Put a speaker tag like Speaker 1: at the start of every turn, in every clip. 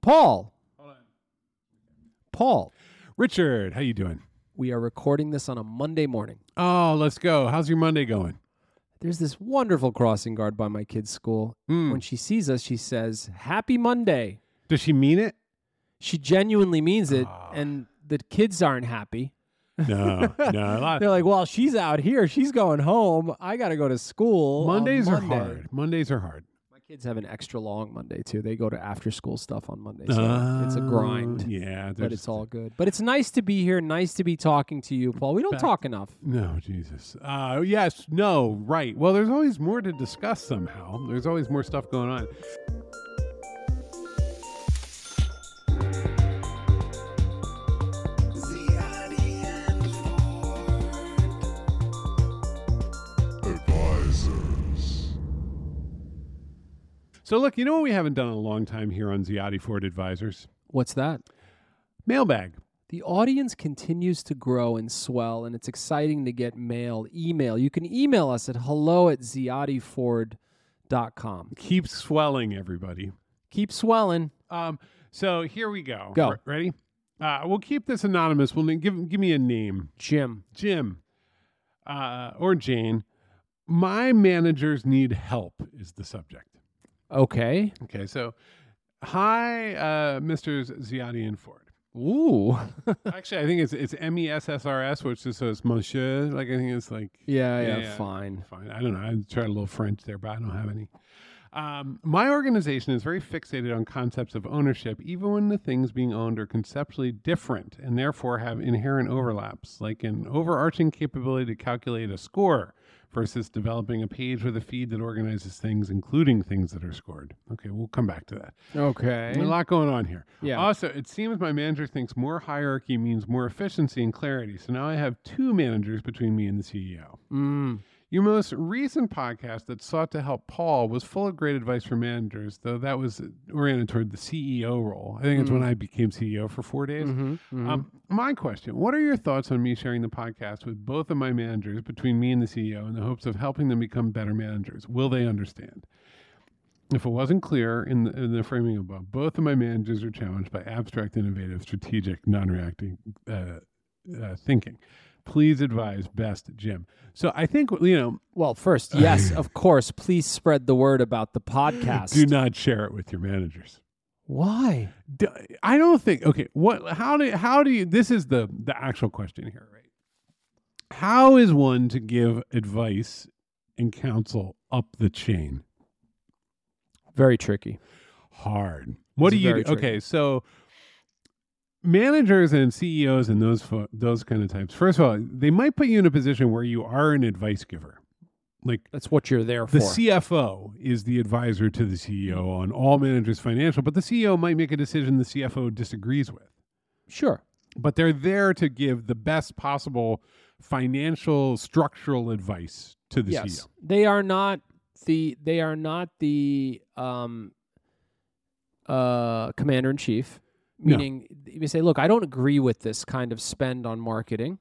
Speaker 1: Paul. Paul,
Speaker 2: Richard, how you doing?
Speaker 1: we are recording this on a Monday morning.
Speaker 2: Oh, let's go. How's your Monday going?
Speaker 1: There's this wonderful crossing guard by my kid's school.
Speaker 2: Hmm.
Speaker 1: When she sees us, she says, Happy Monday.
Speaker 2: Does she mean it?
Speaker 1: She genuinely means it,
Speaker 2: Ah.
Speaker 1: and the kids aren't happy.
Speaker 2: No, no. A lot-
Speaker 1: They're like, Well, she's out here. She's going home. I got to go to school. on
Speaker 2: Mondays are
Speaker 1: Monday."
Speaker 2: hard. Mondays are hard.
Speaker 1: My kids have an extra long Monday, too. They go to after school stuff on Monday. So it's a grind.
Speaker 2: Uh, Yeah,
Speaker 1: But
Speaker 2: there's-
Speaker 1: it's all good. But it's nice to be here. Nice to be talking to you, Paul. We don't
Speaker 2: Back-
Speaker 1: talk enough.
Speaker 2: No, Jesus. Uh, yes, no, right. Well, there's always more to discuss somehow. There's always more stuff going on. So, look, you know what we haven't done in a long time here on Ziotti Ford Advisors?
Speaker 1: What's that?
Speaker 2: Mailbag.
Speaker 1: The audience continues to grow and swell, and it's exciting to get mail, email. You can email us at hello at ziottiford.com.
Speaker 2: Keep swelling, everybody.
Speaker 1: Keep swelling.
Speaker 2: Um, so here we go.
Speaker 1: Go.
Speaker 2: Re- ready? Uh, we'll keep this anonymous. We'll n- give give me a name,
Speaker 1: Jim,
Speaker 2: Jim, uh, or Jane. My managers need help is the subject.
Speaker 1: okay.
Speaker 2: Okay, so hi, uh, Misters Ziotti and Ford.
Speaker 1: Ooh.
Speaker 2: Actually, I think it's it's M E S S R S, which is so it's Monsieur. Like I think it's like
Speaker 1: Yeah, yeah,
Speaker 2: Yeah, yeah.
Speaker 1: fine.
Speaker 2: fine. I don't know. I tried a little French there, but I don't have any. Um, my organization is very fixated on concepts of ownership, even when the things being owned are conceptually different and therefore have inherent overlaps, like an overarching capability to calculate a score versus developing a page with a feed that organizes things, including things that are scored. Okay, we'll come back to that.
Speaker 1: Okay.
Speaker 2: A lot going on here.
Speaker 1: Yeah.
Speaker 2: Also, it seems my manager thinks more hierarchy means more efficiency and clarity. So now I have two managers between me and the E CEO.
Speaker 1: Mm.
Speaker 2: Your most recent podcast that sought to help Paul was full of great advice for managers, though that was oriented toward the CEO role. I think it's when I became CEO for four days.
Speaker 1: mhm, mhm.
Speaker 2: Um, my question What are your thoughts on me sharing the podcast with both of my managers between me and the CEO in the hopes of helping them become better managers? Will they understand? If it wasn't clear in the, in the framing above, both of my managers are challenged by abstract, innovative, strategic, non reacting uh, uh, thinking. Please advise best, Jim. So I think, you know,
Speaker 1: well, first, yes, of course, please spread the word about the podcast.
Speaker 2: do not share it with your managers.
Speaker 1: Why?
Speaker 2: D- I don't think. Okay, what? How do? How do you? This is the the actual question here, right? How is one to give advice and counsel up the chain?
Speaker 1: Very tricky.
Speaker 2: Hard. What
Speaker 1: It's
Speaker 2: do you?
Speaker 1: very
Speaker 2: Do?
Speaker 1: tricky.
Speaker 2: Okay, so managers and CEOs and those fo- those kind of types. First of all, they might put you in a position where you are an advice giver, like
Speaker 1: That's what you're there
Speaker 2: The
Speaker 1: for.
Speaker 2: CFO is the advisor to the CEO on all managers' financial, but the CEO might make a decision the CFO disagrees with.
Speaker 1: sure.
Speaker 2: But they're there to give the best possible financial structural advice to the E
Speaker 1: yes.
Speaker 2: CEO.
Speaker 1: They are not the they are not the um uh commander in chief.
Speaker 2: No.
Speaker 1: Meaning you say, look, I don't agree with this kind of spend on marketing,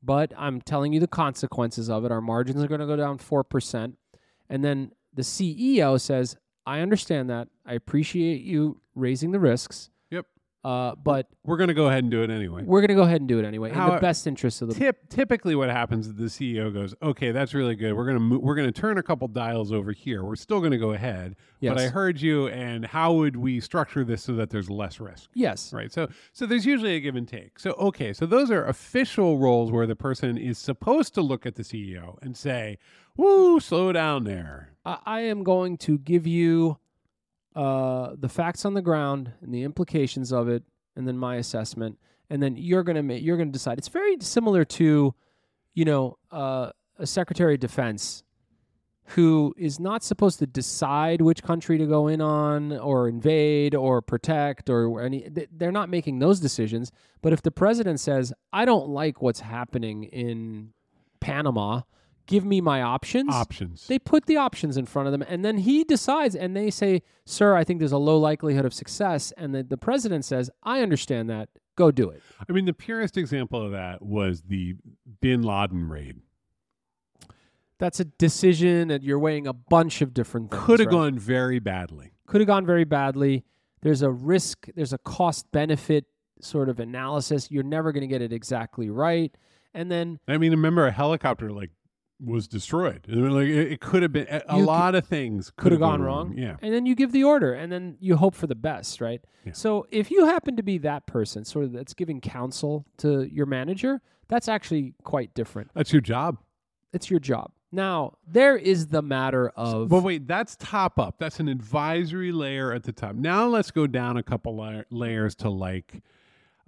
Speaker 1: but I'm telling you the consequences of it. Our margins are gonna go down four percent. And then the CEO says, I understand that. I appreciate you raising the risks.
Speaker 2: Yep.
Speaker 1: Uh, but
Speaker 2: We're going to go ahead and do it anyway.
Speaker 1: we're gonna go ahead and do it anyway. in the
Speaker 2: How-
Speaker 1: best interest of the
Speaker 2: Tip, typically, what happens is the CEO goes, "Okay, that's really good. We're gonna mo- we're gonna turn a couple dials over here. We're still gonna go ahead,
Speaker 1: Yes.
Speaker 2: but I heard you. And how would we structure this so that there's less risk?"
Speaker 1: Yes.
Speaker 2: Right. So so there's usually a give and take. So okay, so those are official roles where the person is supposed to look at the CEO and say, "Woo, slow down there."
Speaker 1: I, I am going to give you uh, the facts on the ground and the implications of it, and then my assessment, and then you're gonna ma- you're gonna decide. It's very similar to, you know, uh, a Secretary of Defense who is not supposed to decide which country to go in on or invade or protect or any th- they're not making those decisions but if the president says i don't like what's happening in panama give me my options
Speaker 2: Options.
Speaker 1: they put the options in front of them, and then he decides, and they say, "Sir, I think there's a low likelihood of success." And the, the president says, "I understand that. Go do it."
Speaker 2: I mean, the purest example of that was the Bin Laden raid.
Speaker 1: Oh, That's a decision, and you're weighing a bunch of different things.
Speaker 2: Could have
Speaker 1: right?
Speaker 2: gone very badly.
Speaker 1: Could have gone very badly. there's a risk, there's a cost benefit sort of analysis. You're never going to get it exactly right. And then
Speaker 2: I mean, remember a helicopter like was destroyed. I mean, like it, it could have been a a
Speaker 1: You
Speaker 2: lot of things
Speaker 1: could have
Speaker 2: have
Speaker 1: gone wrong.
Speaker 2: Yeah,
Speaker 1: And then you give the order and then you hope for the best, right?
Speaker 2: Yeah.
Speaker 1: So if you happen to be that person, sort of that's giving counsel to your manager, that's actually quite different.
Speaker 2: that's your job.
Speaker 1: It's your job. Now, there is the matter of
Speaker 2: But wait, that's top up. That's an advisory layer at the top. Now let's go down a couple la- layers to like,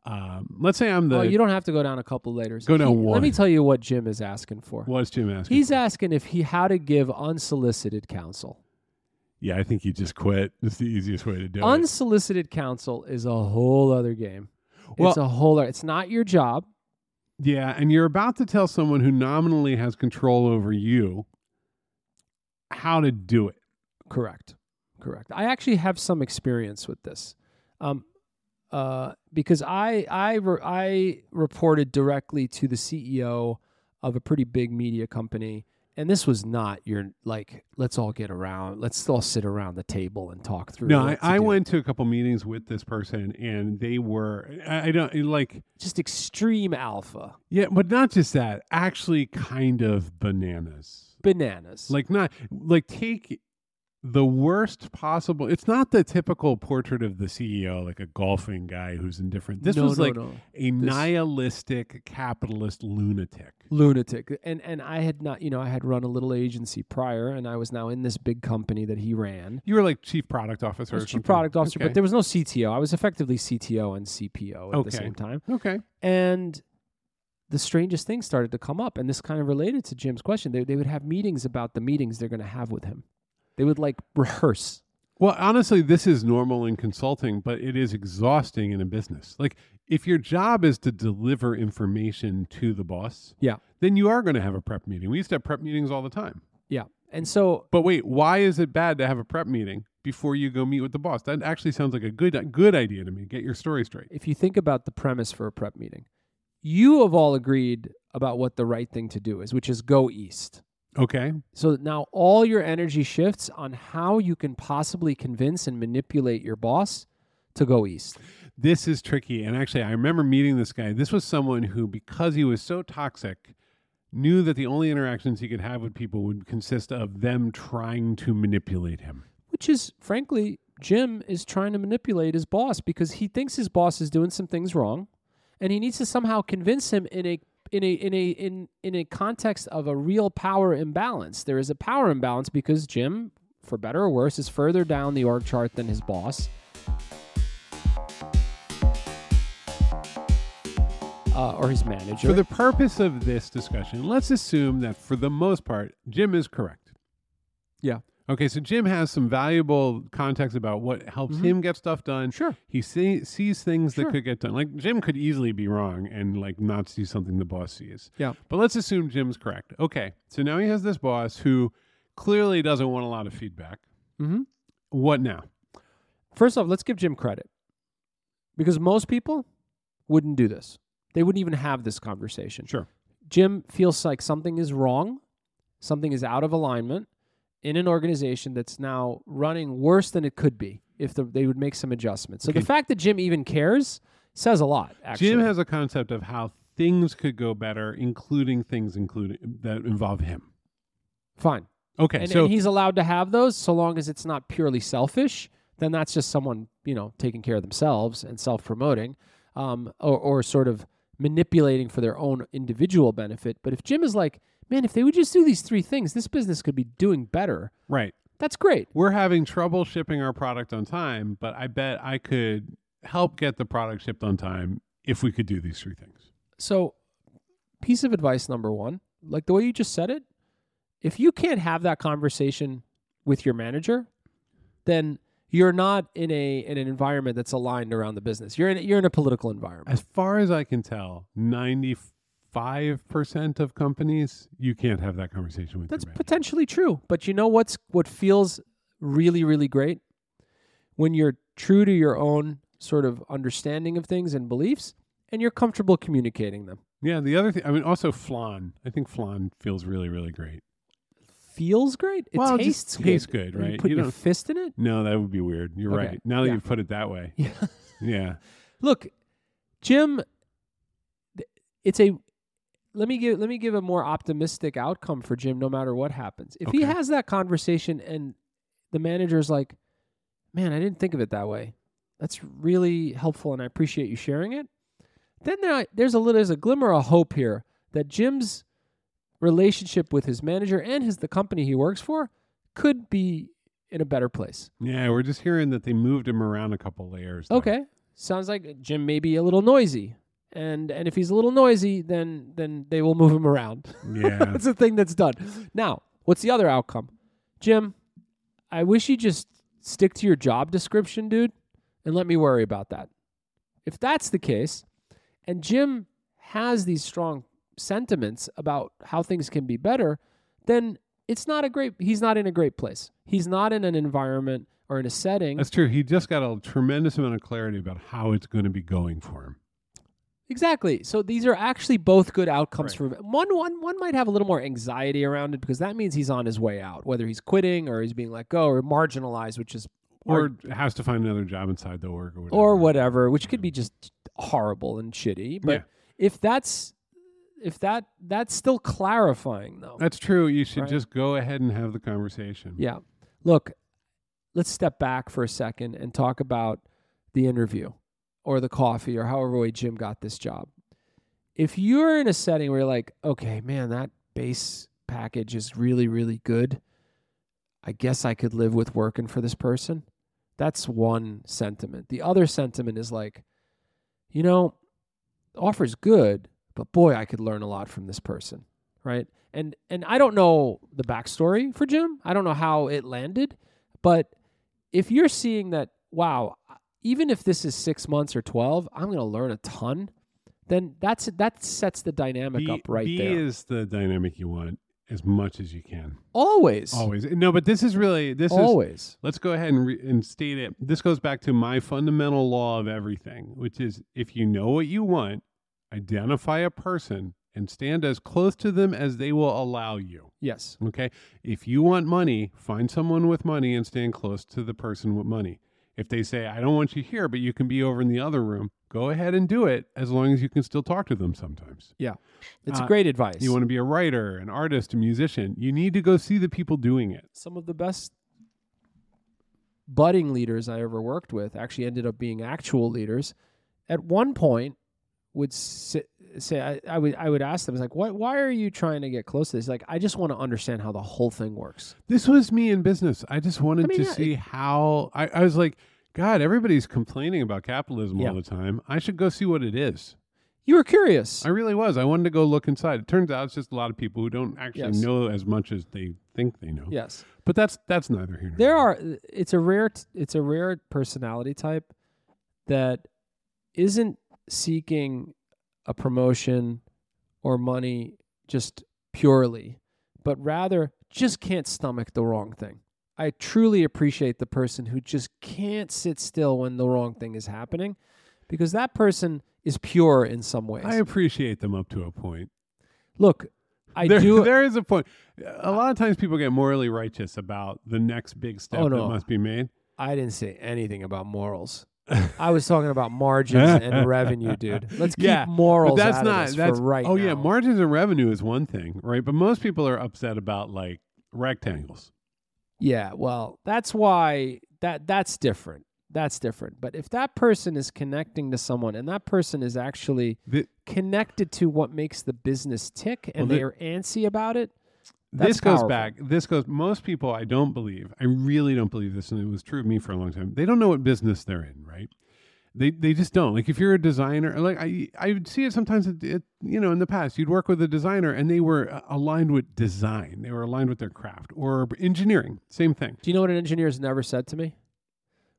Speaker 2: um, let's say I'm the
Speaker 1: oh, you don't have to go down a couple layers.
Speaker 2: Go down
Speaker 1: He-
Speaker 2: one.
Speaker 1: Let me tell you what Jim is asking for.
Speaker 2: what's Jim asking?
Speaker 1: He's asking if he how to give unsolicited counsel.
Speaker 2: yeah, I think you just quit. It's the easiest way to do it.
Speaker 1: Unsolicited counsel is a whole other game.
Speaker 2: Well-
Speaker 1: it's a whole other, it's not your job.
Speaker 2: Yeah, and you're about to tell someone who nominally has control over you how to do it.
Speaker 1: Correct. Correct. I actually have some experience with this, um, uh, because I I re- I reported directly to the CEO of a pretty big media company, and this was not your like let's all get around, let's all sit around the table and talk through.
Speaker 2: No,
Speaker 1: what
Speaker 2: I,
Speaker 1: to
Speaker 2: I
Speaker 1: do.
Speaker 2: went to a couple meetings with this person, and they were I, I don't like
Speaker 1: just extreme alpha
Speaker 2: yeah, but not just that. Actually, kind of bananas.
Speaker 1: bananas.
Speaker 2: Like not like take the worst possible. It's not the typical portrait of the CEO, like a golfing guy who's indifferent. This
Speaker 1: No,
Speaker 2: was
Speaker 1: no,
Speaker 2: like
Speaker 1: no.
Speaker 2: a nihilistic capitalist lunatic.
Speaker 1: lunatic and and i had not you know i had run a little agency prior and i was now in this big company that he ran
Speaker 2: You were like chief product officer.
Speaker 1: I was
Speaker 2: or
Speaker 1: chief
Speaker 2: something.
Speaker 1: product officer,
Speaker 2: Okay.
Speaker 1: but there was no CTO. I was effectively CTO and CPO at
Speaker 2: Okay.
Speaker 1: the same time.
Speaker 2: Okay.
Speaker 1: And the strangest things started to come up. And this kind of related to Jim's question. They, they would have meetings about the meetings they're going to have with him. They would like rehearse.
Speaker 2: Well, honestly, this is normal in consulting, but it is exhausting in a business. Like, if your job is to deliver information to the boss,
Speaker 1: Yeah.
Speaker 2: then you are going to have a prep meeting. We used to have prep meetings all the time.
Speaker 1: Yeah. And so
Speaker 2: But wait, why is it bad to have a prep meeting before you go meet with the boss? That actually sounds like a good good idea to me. Get your story straight.
Speaker 1: if you think about the premise for a prep meeting, you have all agreed about what the right thing to do is, which is go east.
Speaker 2: Okay.
Speaker 1: So now all your energy shifts on how you can possibly convince and manipulate your boss to go east.
Speaker 2: This is tricky. And actually, I remember meeting this guy. This was someone who, because he was so toxic, knew that the only interactions he could have with people would consist of them trying to manipulate him.
Speaker 1: which is frankly Jim is trying to manipulate his boss because he thinks his boss is doing some things wrong and he needs to somehow convince him in a in a in a in, in a context of a real power imbalance. There is a power imbalance because Jim, for better or worse, is further down the org chart than his boss. Uh, or his manager.
Speaker 2: For the purpose of this discussion, let's assume that for the most part, Jim is correct.
Speaker 1: Yeah.
Speaker 2: Okay, so Jim has some valuable context about what helps
Speaker 1: Mhm.
Speaker 2: him get stuff done.
Speaker 1: sure.
Speaker 2: He see, sees things
Speaker 1: Sure.
Speaker 2: that could get done. Like Jim could easily be wrong and like not see something the boss sees.
Speaker 1: Yeah.
Speaker 2: But let's assume Jim's correct. Okay, so now he has this boss who clearly doesn't want a lot of feedback.
Speaker 1: Mm-hmm.
Speaker 2: What now?
Speaker 1: First off, let's give Jim credit because most people wouldn't do this. They wouldn't even have this conversation.
Speaker 2: Sure.
Speaker 1: Jim feels like something is wrong, something is out of alignment in an organization that's now running worse than it could be if the, they would make some adjustments. So
Speaker 2: Okay.
Speaker 1: the fact that Jim even cares says a lot. Actually,
Speaker 2: Jim has a concept of how things could go better, including things including that involve him.
Speaker 1: fine,
Speaker 2: Okay,
Speaker 1: and,
Speaker 2: so
Speaker 1: and he's allowed to have those so long as it's not purely selfish. Then that's just someone you know taking care of themselves and self-promoting, um, or, or sort of manipulating for their own individual benefit. But if Jim is like, man, if they would just do these three things, this business could be doing better.
Speaker 2: right.
Speaker 1: That's great.
Speaker 2: we're having trouble shipping our product on time, but I bet I could help get the product shipped on time if we could do these three things.
Speaker 1: So, piece of advice number one, like the way you just said it, if you can't have that conversation with your manager, then you're not in a in an environment that's aligned around the business. You're in you're in a political environment.
Speaker 2: As far as I can tell, 95% of companies, you can't have that conversation with
Speaker 1: That's
Speaker 2: your
Speaker 1: potentially true, but you know what's what feels really really great when you're true to your own sort of understanding of things and beliefs and you're comfortable communicating them.
Speaker 2: manager. Yeah, the other thing, I mean, also flan. I think flan feels really, really great.
Speaker 1: feels great. It
Speaker 2: Well, it just
Speaker 1: tastes
Speaker 2: tastes good,
Speaker 1: You
Speaker 2: right?
Speaker 1: put
Speaker 2: You
Speaker 1: your
Speaker 2: don't-
Speaker 1: fist in it.
Speaker 2: No, that would be weird. You're
Speaker 1: Okay.
Speaker 2: right. Now that
Speaker 1: Yeah.
Speaker 2: you've put it that way.
Speaker 1: Yeah.
Speaker 2: Yeah.
Speaker 1: Look, Jim, th- it's a let me give let me give a more optimistic outcome for Jim no matter what happens. If he
Speaker 2: Okay.
Speaker 1: has that conversation and the manager's like, "Man, I didn't think of it that way. That's really helpful and I appreciate you sharing it." Then there, there's a little there's a glimmer of hope here that Jim's relationship with his manager and his the company he works for could be in a better place.
Speaker 2: Yeah. We're just hearing that they moved him around a couple layers. though.
Speaker 1: Okay. Sounds like Jim may be a little noisy. And and if he's a little noisy, then then they will move him around.
Speaker 2: Yeah.
Speaker 1: that's the thing that's done. Now, what's the other outcome? Jim, I wish you just stick to your job description, dude, and let me worry about that. If that's the case, and Jim has these strong sentiments about how things can be better, then it's not a great he's not in a great place. He's not in an environment or in a setting
Speaker 2: That's true. He just got a tremendous amount of clarity about how it's going to be going for him.
Speaker 1: Exactly. So these are actually both good outcomes
Speaker 2: Right.
Speaker 1: for him. One, one, one might have a little more anxiety around it because that means he's on his way out, whether he's quitting or he's being let go or marginalized, which is
Speaker 2: Or has to find another job inside the org or whatever.
Speaker 1: or whatever, which could be just horrible and shitty. But
Speaker 2: Yeah.
Speaker 1: if that's if that that's still clarifying though.
Speaker 2: That's true. You should
Speaker 1: Right.
Speaker 2: just go ahead and have the conversation.
Speaker 1: yeah. Look, let's step back for a second and talk about the interview or the coffee or however way Jim got this job. If you're in a setting where you're like, okay, man, that base package is really, really good, I guess I could live with working for this person. That's one sentiment. The other sentiment is like, you know, the offer's good, but boy, I could learn a lot from this person, right? And and I don't know the backstory for Jim. I don't know how it landed, but if you're seeing that, wow, even if this is six months or twelve, I'm going to learn a ton. Then that's that sets the dynamic
Speaker 2: B,
Speaker 1: up right
Speaker 2: B
Speaker 1: there.
Speaker 2: is the dynamic you want as much as you can.
Speaker 1: always, always,
Speaker 2: Always. No, but this is really this is Let's go ahead and, re- and state it. This goes back to my fundamental law of everything, which is if you know what you want, identify a person and stand as close to them as they will allow you.
Speaker 1: yes,
Speaker 2: Okay. If you want money, find someone with money and stand close to the person with money. If they say, I don't want you here, but you can be over in the other room, go ahead and do it as long as you can still talk to them sometimes.
Speaker 1: it's
Speaker 2: Uh,
Speaker 1: great advice.
Speaker 2: You want to be a writer, an artist, a musician, you need to go see the people doing it.
Speaker 1: some of the best budding leaders I ever worked with actually ended up being actual leaders. At one point, would si- say I, I would I would ask them, "It's like, why why are you trying to get close to this?" Like, I just want to understand how the whole thing works.
Speaker 2: This was me in business. I just wanted
Speaker 1: I mean,
Speaker 2: to
Speaker 1: yeah,
Speaker 2: see how I, I was like, God, everybody's complaining about capitalism
Speaker 1: Yeah.
Speaker 2: all the time. I should go see what it is.
Speaker 1: You were curious.
Speaker 2: I really was. I wanted to go look inside. It turns out it's just a lot of people who don't actually
Speaker 1: Yes.
Speaker 2: know as much as they think they know.
Speaker 1: yes,
Speaker 2: But that's that's neither here nor
Speaker 1: there
Speaker 2: there.
Speaker 1: are. It's a rare t- it's a rare personality type that isn't seeking a promotion or money just purely, but rather just can't stomach the wrong thing. I truly appreciate the person who just can't sit still when the wrong thing is happening because that person is pure in some ways.
Speaker 2: I appreciate them up to a point.
Speaker 1: Look, I
Speaker 2: there,
Speaker 1: do
Speaker 2: there is a point. A lot of times people get morally righteous about the next big step
Speaker 1: Oh,
Speaker 2: that
Speaker 1: no.
Speaker 2: must be made.
Speaker 1: I didn't say anything about morals. I was talking about margins and revenue, dude. Let's keep
Speaker 2: Yeah,
Speaker 1: morals
Speaker 2: but that's
Speaker 1: out
Speaker 2: not
Speaker 1: of this
Speaker 2: that's
Speaker 1: for right
Speaker 2: Oh yeah,
Speaker 1: now.
Speaker 2: margins and revenue is one thing, right? But most people are upset about like rectangles.
Speaker 1: Yeah, well, that's why that that's different. That's different. But if that person is connecting to someone and that person is actually
Speaker 2: Th-
Speaker 1: connected to what makes the business tick and
Speaker 2: Well,
Speaker 1: they
Speaker 2: the-
Speaker 1: are antsy about it, That's
Speaker 2: this goes
Speaker 1: powerful.
Speaker 2: back. This goes. Most people, I don't believe. I really don't believe this, and it was true of me for a long time. They don't know what business they're in, right? They they just don't. Like if you're a designer, like I I would see it sometimes. It, it, you know, in the past, you'd work with a designer, and they were uh, aligned with design. They were aligned with their craft or engineering. Same thing.
Speaker 1: do you know what an engineer has never said to me?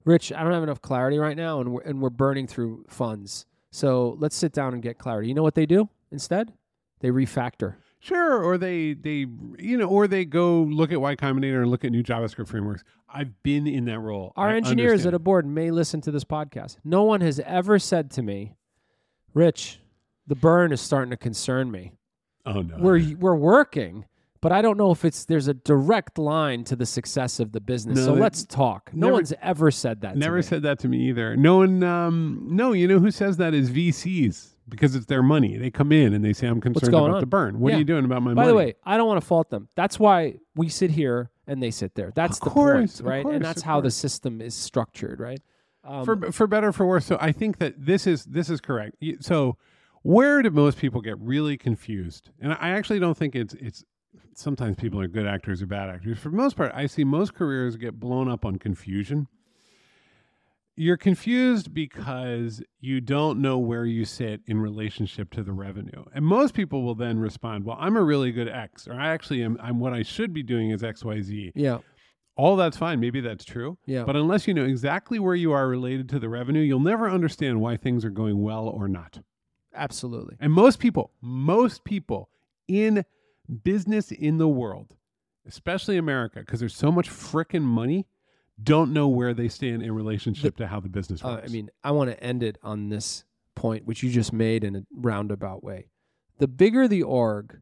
Speaker 1: Rich, I don't have enough clarity right now and we're, and we're burning through funds. So let's sit down and get clarity. You know what they do instead? They refactor.
Speaker 2: Sure, or they they you know, or they go look at Y Combinator and look at new JavaScript frameworks. I've been in that role.
Speaker 1: Our
Speaker 2: I
Speaker 1: engineers at a
Speaker 2: understand.
Speaker 1: board may listen to this podcast. No one has ever said to me, "Rich, the burn is starting to concern me.
Speaker 2: oh no,
Speaker 1: We're we're working, but I don't know if it's there's a direct line to the success of the business.
Speaker 2: No,
Speaker 1: so
Speaker 2: they-
Speaker 1: let's talk. No
Speaker 2: never-
Speaker 1: one's ever said that. to
Speaker 2: Never
Speaker 1: me.
Speaker 2: said that to me either. No one, um, no, you know who says that is VCs because it's their money. They come in and they say, I'm concerned
Speaker 1: going
Speaker 2: about
Speaker 1: on?"
Speaker 2: the burn. What are
Speaker 1: Yeah.
Speaker 2: you doing about my
Speaker 1: By
Speaker 2: money?
Speaker 1: the way, I don't want to fault them. That's why we sit here and they sit there. That's
Speaker 2: Of
Speaker 1: the
Speaker 2: course, of
Speaker 1: point, right?
Speaker 2: course,
Speaker 1: and that's
Speaker 2: of
Speaker 1: how the
Speaker 2: course.
Speaker 1: system is structured, right? Um,
Speaker 2: for for better or for worse. So I think that this is this is correct. You- So where do most people get really confused? And I actually don't think it's it's sometimes people are good actors or bad actors. For the most part, I see most careers get blown up on confusion. You're confused because you don't know where you sit in relationship to the revenue. And most people will then respond, "Well, I'm a really good X," or "I actually am I'm what I should be doing is XYZ."
Speaker 1: yeah,
Speaker 2: All that's fine, maybe that's true.
Speaker 1: yeah.
Speaker 2: But unless you know exactly where you are related to the revenue, you'll never understand why things are going well or not.
Speaker 1: absolutely.
Speaker 2: And most people, most people in business in the world, especially America, because there's so much frickin' money, don't know where they stand in relationship to how the business
Speaker 1: Uh,
Speaker 2: works.
Speaker 1: I mean, I want to end it on this point, which you just made in a roundabout way. The bigger the org,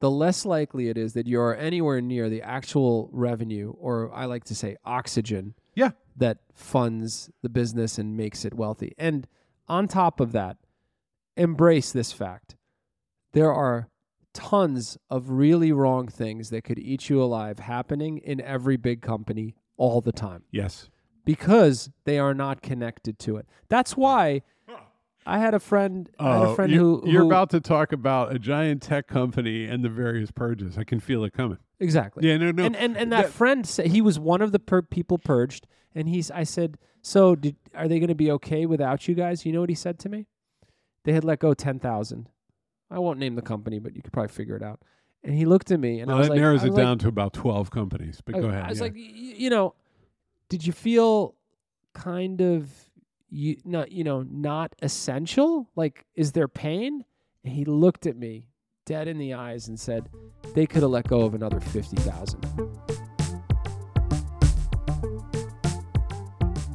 Speaker 1: the less likely it is that you are anywhere near the actual revenue, or I like to say oxygen,
Speaker 2: Yeah.
Speaker 1: that funds the business and makes it wealthy. And on top of that, embrace this fact there are tons of really wrong things that could eat you alive happening in every big company all the time
Speaker 2: yes.
Speaker 1: because they are not connected to it. That's why I had a friend. I had a friend
Speaker 2: Uh, Oh, you,
Speaker 1: who,
Speaker 2: you're
Speaker 1: who-
Speaker 2: about to talk about a giant tech company and the various purges. I can feel it coming.
Speaker 1: exactly.
Speaker 2: Yeah, no, no.
Speaker 1: And and and that,
Speaker 2: That-
Speaker 1: friend said he was one of the per- people purged, and he's. I said, so did, are they going to be okay without you guys? You know what he said to me? They had let go ten thousand. I won't name the company, but you could probably figure it out. And he looked at me, and
Speaker 2: Well,
Speaker 1: I was
Speaker 2: that
Speaker 1: like,
Speaker 2: narrows
Speaker 1: I
Speaker 2: Uh, it
Speaker 1: was like,
Speaker 2: down to about 12 companies, but
Speaker 1: I,
Speaker 2: go ahead.
Speaker 1: I was
Speaker 2: yeah.
Speaker 1: like, y- y- you know, did you feel kind of you not you know not essential? Like, is there pain? And he looked at me dead in the eyes and said, they could have let go of another fifty thousand.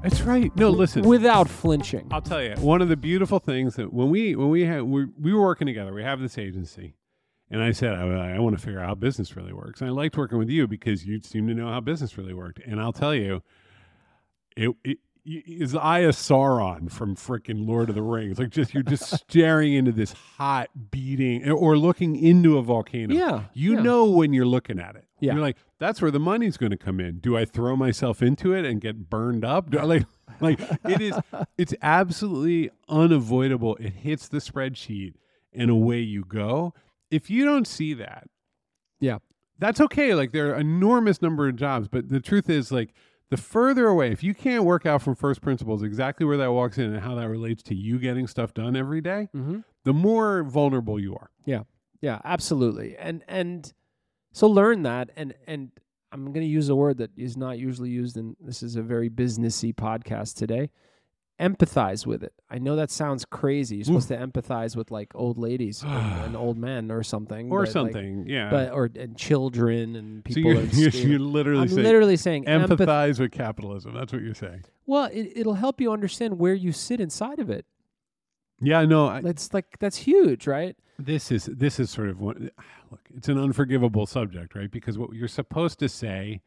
Speaker 2: that's right. No, listen.
Speaker 1: without flinching.
Speaker 2: I'll tell you one of the beautiful things that when we when we had we, we were working together, we have this agency, and I said I, I want to figure out how business really works. And I liked working with you because you seem to know how business really worked. And I'll tell you, it. it y- is the eye of Sauron from frickin' Lord of the Rings. Like just you're just staring into this hot beating or looking into a volcano.
Speaker 1: Yeah,
Speaker 2: You
Speaker 1: yeah.
Speaker 2: know when you're looking at it.
Speaker 1: Yeah.
Speaker 2: You're like, that's where the money's going to come in. Do I throw myself into it and get burned up? Do I like, like it is, it's absolutely unavoidable. It hits the spreadsheet and away you go. If you don't see that,
Speaker 1: Yeah.
Speaker 2: that's okay. Like there are enormous number of jobs, but the truth is like the further away, if you can't work out from first principles exactly where that walks in and how that relates to you getting stuff done every day,
Speaker 1: Mm-hmm.
Speaker 2: the more vulnerable you are.
Speaker 1: Yeah, absolutely. And and so learn that and and I'm going to use a word that is not usually used in this is a very businessy podcast today. Empathize with it. I know that sounds crazy. You're supposed to empathize with like old ladies and, and old men or something
Speaker 2: Or
Speaker 1: but, like,
Speaker 2: something. yeah.
Speaker 1: but or and children and
Speaker 2: so
Speaker 1: people
Speaker 2: you're,
Speaker 1: that are
Speaker 2: you're,
Speaker 1: scared.
Speaker 2: you're literally
Speaker 1: I'm
Speaker 2: saying
Speaker 1: literally saying
Speaker 2: empathize
Speaker 1: empath-
Speaker 2: with capitalism. That's what you're saying.
Speaker 1: well, it, it'll help you understand where you sit inside of it.
Speaker 2: Yeah, no, I,
Speaker 1: That's like that's huge, right?
Speaker 2: this is this is sort of one. Look, it's an unforgivable subject, right? Because what you're supposed to say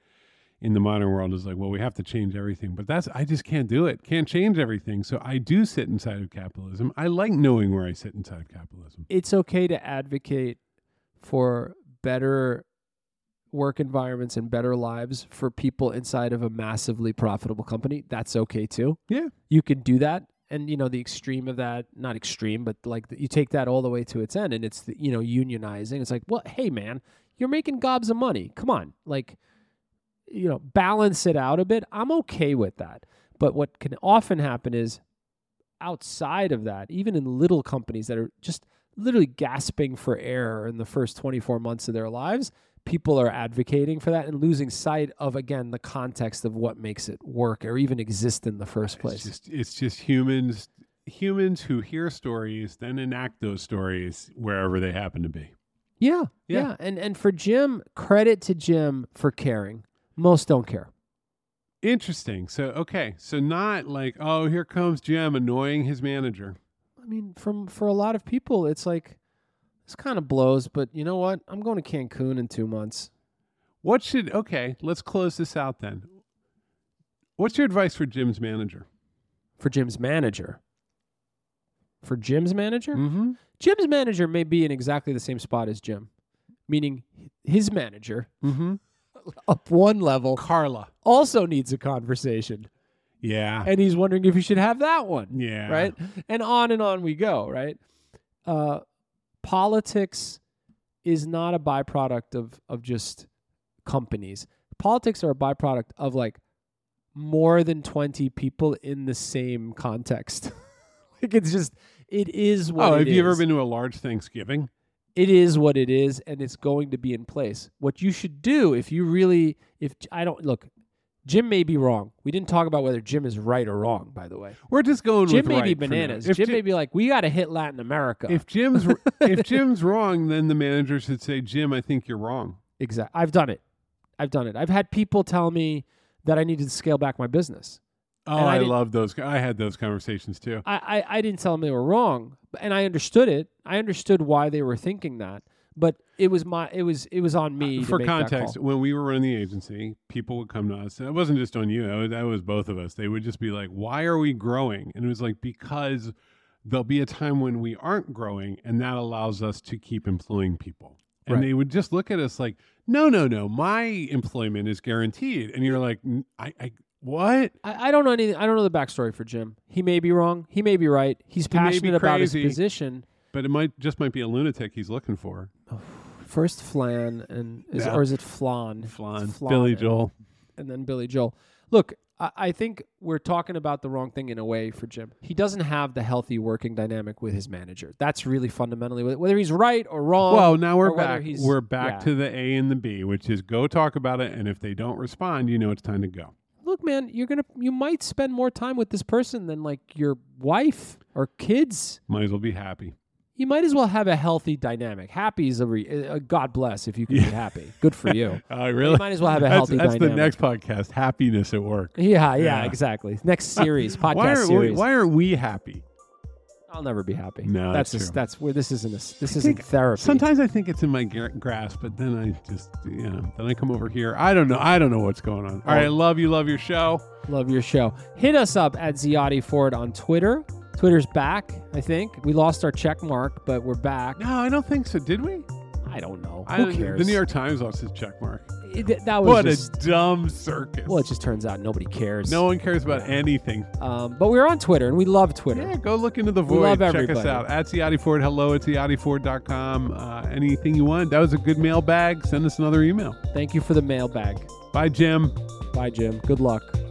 Speaker 2: in the modern world is like, well, we have to change everything, but that's I just can't do it. Can't change everything. So I do sit inside of capitalism. I like knowing where I sit inside of capitalism.
Speaker 1: it's okay to advocate for better work environments and better lives for people inside of a massively profitable company. That's okay too.
Speaker 2: Yeah.
Speaker 1: You can do that. And you know the extreme of that, not extreme, but like you take that all the way to its end, and it's the, you know unionizing. It's like, well, hey man, you're making gobs of money. Come on, like, you know, balance it out a bit. I'm okay with that. But what can often happen is outside of that, even in little companies that are just literally gasping for air in the first 24 months of their lives, people are advocating for that and losing sight of, again, the context of what makes it work or even exist in the first
Speaker 2: It's
Speaker 1: place.
Speaker 2: just it's just humans humans who hear stories then enact those stories wherever they happen to be.
Speaker 1: yeah,
Speaker 2: Yeah.
Speaker 1: yeah. And, and for Jim, credit to Jim for caring. Most don't care.
Speaker 2: Interesting. So okay, so not like oh here comes Jim annoying his manager.
Speaker 1: I mean, from for a lot of people, it's like This kind of blows, but you know what? I'm going to Cancun in two months.
Speaker 2: What should okay? Let's close this out then. What's your advice for Jim's manager?
Speaker 1: For Jim's manager. For Jim's manager?
Speaker 2: Mm-hmm.
Speaker 1: Jim's manager may be in exactly the same spot as Jim, meaning his manager
Speaker 2: Mm-hmm.
Speaker 1: up one level
Speaker 2: Carla.
Speaker 1: also needs a conversation.
Speaker 2: Yeah.
Speaker 1: And he's wondering if he should have that one.
Speaker 2: yeah.
Speaker 1: Right? And on and on we go, right? Uh, politics is not a byproduct of, of just companies. Politics are a byproduct of like more than 20 people in the same context. like it's just, it is what
Speaker 2: Oh,
Speaker 1: it
Speaker 2: have you ever
Speaker 1: is.
Speaker 2: been to a large Thanksgiving?
Speaker 1: it is what it is and it's going to be in place what you should do if you really if i don't look jim may be wrong we didn't talk about whether jim is right or wrong by the way
Speaker 2: We're just going
Speaker 1: jim
Speaker 2: with
Speaker 1: may
Speaker 2: right
Speaker 1: be
Speaker 2: for now.
Speaker 1: bananas
Speaker 2: If
Speaker 1: jim
Speaker 2: Ji-
Speaker 1: may be like we got to hit latin america
Speaker 2: If Jim's if Jim's wrong, then the manager should say, "Jim, I think you're wrong."
Speaker 1: exactly i've done it i've done it i've had people tell me that i needed to scale back my business
Speaker 2: Oh,
Speaker 1: And I
Speaker 2: I,
Speaker 1: didn't-
Speaker 2: love those. I had those conversations too.
Speaker 1: I, I, I didn't tell them they were wrong, b- and I understood it. I understood why they were thinking that, but it was my it was it was on me. to
Speaker 2: For
Speaker 1: make that
Speaker 2: context,
Speaker 1: call.
Speaker 2: when we were running the agency, people would come to us. And it wasn't just on you. That was, that was both of us. They would just be like, "Why are we growing?" And it was like because there'll be a time when we aren't growing, and that allows us to keep employing people. And
Speaker 1: Right.
Speaker 2: they would just look at us like, "No, no, no. My employment is guaranteed." And you're like, "N- "I, I what?"
Speaker 1: I, I don't know anything. I don't know the backstory for Jim. He may be wrong. He may be right. He's
Speaker 2: may be
Speaker 1: passionate about his
Speaker 2: crazy.
Speaker 1: position.
Speaker 2: But it might just might be a lunatic he's looking for.
Speaker 1: First Flan and is,
Speaker 2: Yeah.
Speaker 1: or is it Flan? It's
Speaker 2: Flan, Billy
Speaker 1: and-
Speaker 2: Joel.
Speaker 1: and then Billy Joel. Look, I, I think we're talking about the wrong thing in a way for Jim. He doesn't have the healthy working dynamic with his manager. That's really fundamentally wh- whether he's right or wrong.
Speaker 2: Well, now
Speaker 1: or
Speaker 2: we're
Speaker 1: whether
Speaker 2: back.
Speaker 1: he's-
Speaker 2: We're back
Speaker 1: yeah.
Speaker 2: to the A and the B, which is go talk about it, and if they don't respond, you know it's time to go.
Speaker 1: look, man, you're gonna you might spend more time with this person than like your wife or kids.
Speaker 2: Might as well be happy.
Speaker 1: You might as well have a healthy dynamic. Happy is a, re- uh, God bless if you can be
Speaker 2: Yeah.
Speaker 1: happy. Good for you.
Speaker 2: I
Speaker 1: You
Speaker 2: really.
Speaker 1: might as well have a
Speaker 2: That's,
Speaker 1: healthy
Speaker 2: that's the
Speaker 1: dynamic.
Speaker 2: next podcast. Happiness at work.
Speaker 1: yeah, yeah,
Speaker 2: Yeah.
Speaker 1: exactly. Next series, podcast
Speaker 2: why aren't we,
Speaker 1: series.
Speaker 2: Why aren't we happy?
Speaker 1: I'll never be happy.
Speaker 2: No,
Speaker 1: that's
Speaker 2: that's
Speaker 1: just,
Speaker 2: true.
Speaker 1: that's where this isn't this, this
Speaker 2: think
Speaker 1: isn't therapy.
Speaker 2: Sometimes I think it's in my gra- grasp, but then I just you know then I come over here. I don't know. I don't know what's going on. All right, I
Speaker 1: Oh.
Speaker 2: love you. Love your show.
Speaker 1: Love your show. Hit us up at Ziotti Ford on Twitter. Twitter's back, I think. We lost our check mark, but we're back.
Speaker 2: No, I don't think so. Did we?
Speaker 1: I don't know.
Speaker 2: I,
Speaker 1: Who
Speaker 2: don't-
Speaker 1: cares?
Speaker 2: The New York Times lost his check mark.
Speaker 1: It- that was
Speaker 2: What
Speaker 1: just,
Speaker 2: a dumb circus.
Speaker 1: well, it just turns out nobody cares.
Speaker 2: no one cares about anything.
Speaker 1: Um, but we're on Twitter and we love Twitter.
Speaker 2: Yeah, go look into the
Speaker 1: We
Speaker 2: void.
Speaker 1: love
Speaker 2: Check us
Speaker 1: everybody.
Speaker 2: out at Ciotti Ford. Hello at ciottiford.com. Uh, anything you want. That was a good mailbag. Send us another email.
Speaker 1: Thank you for the mailbag.
Speaker 2: Bye, Jim.
Speaker 1: Bye, Jim. Good luck.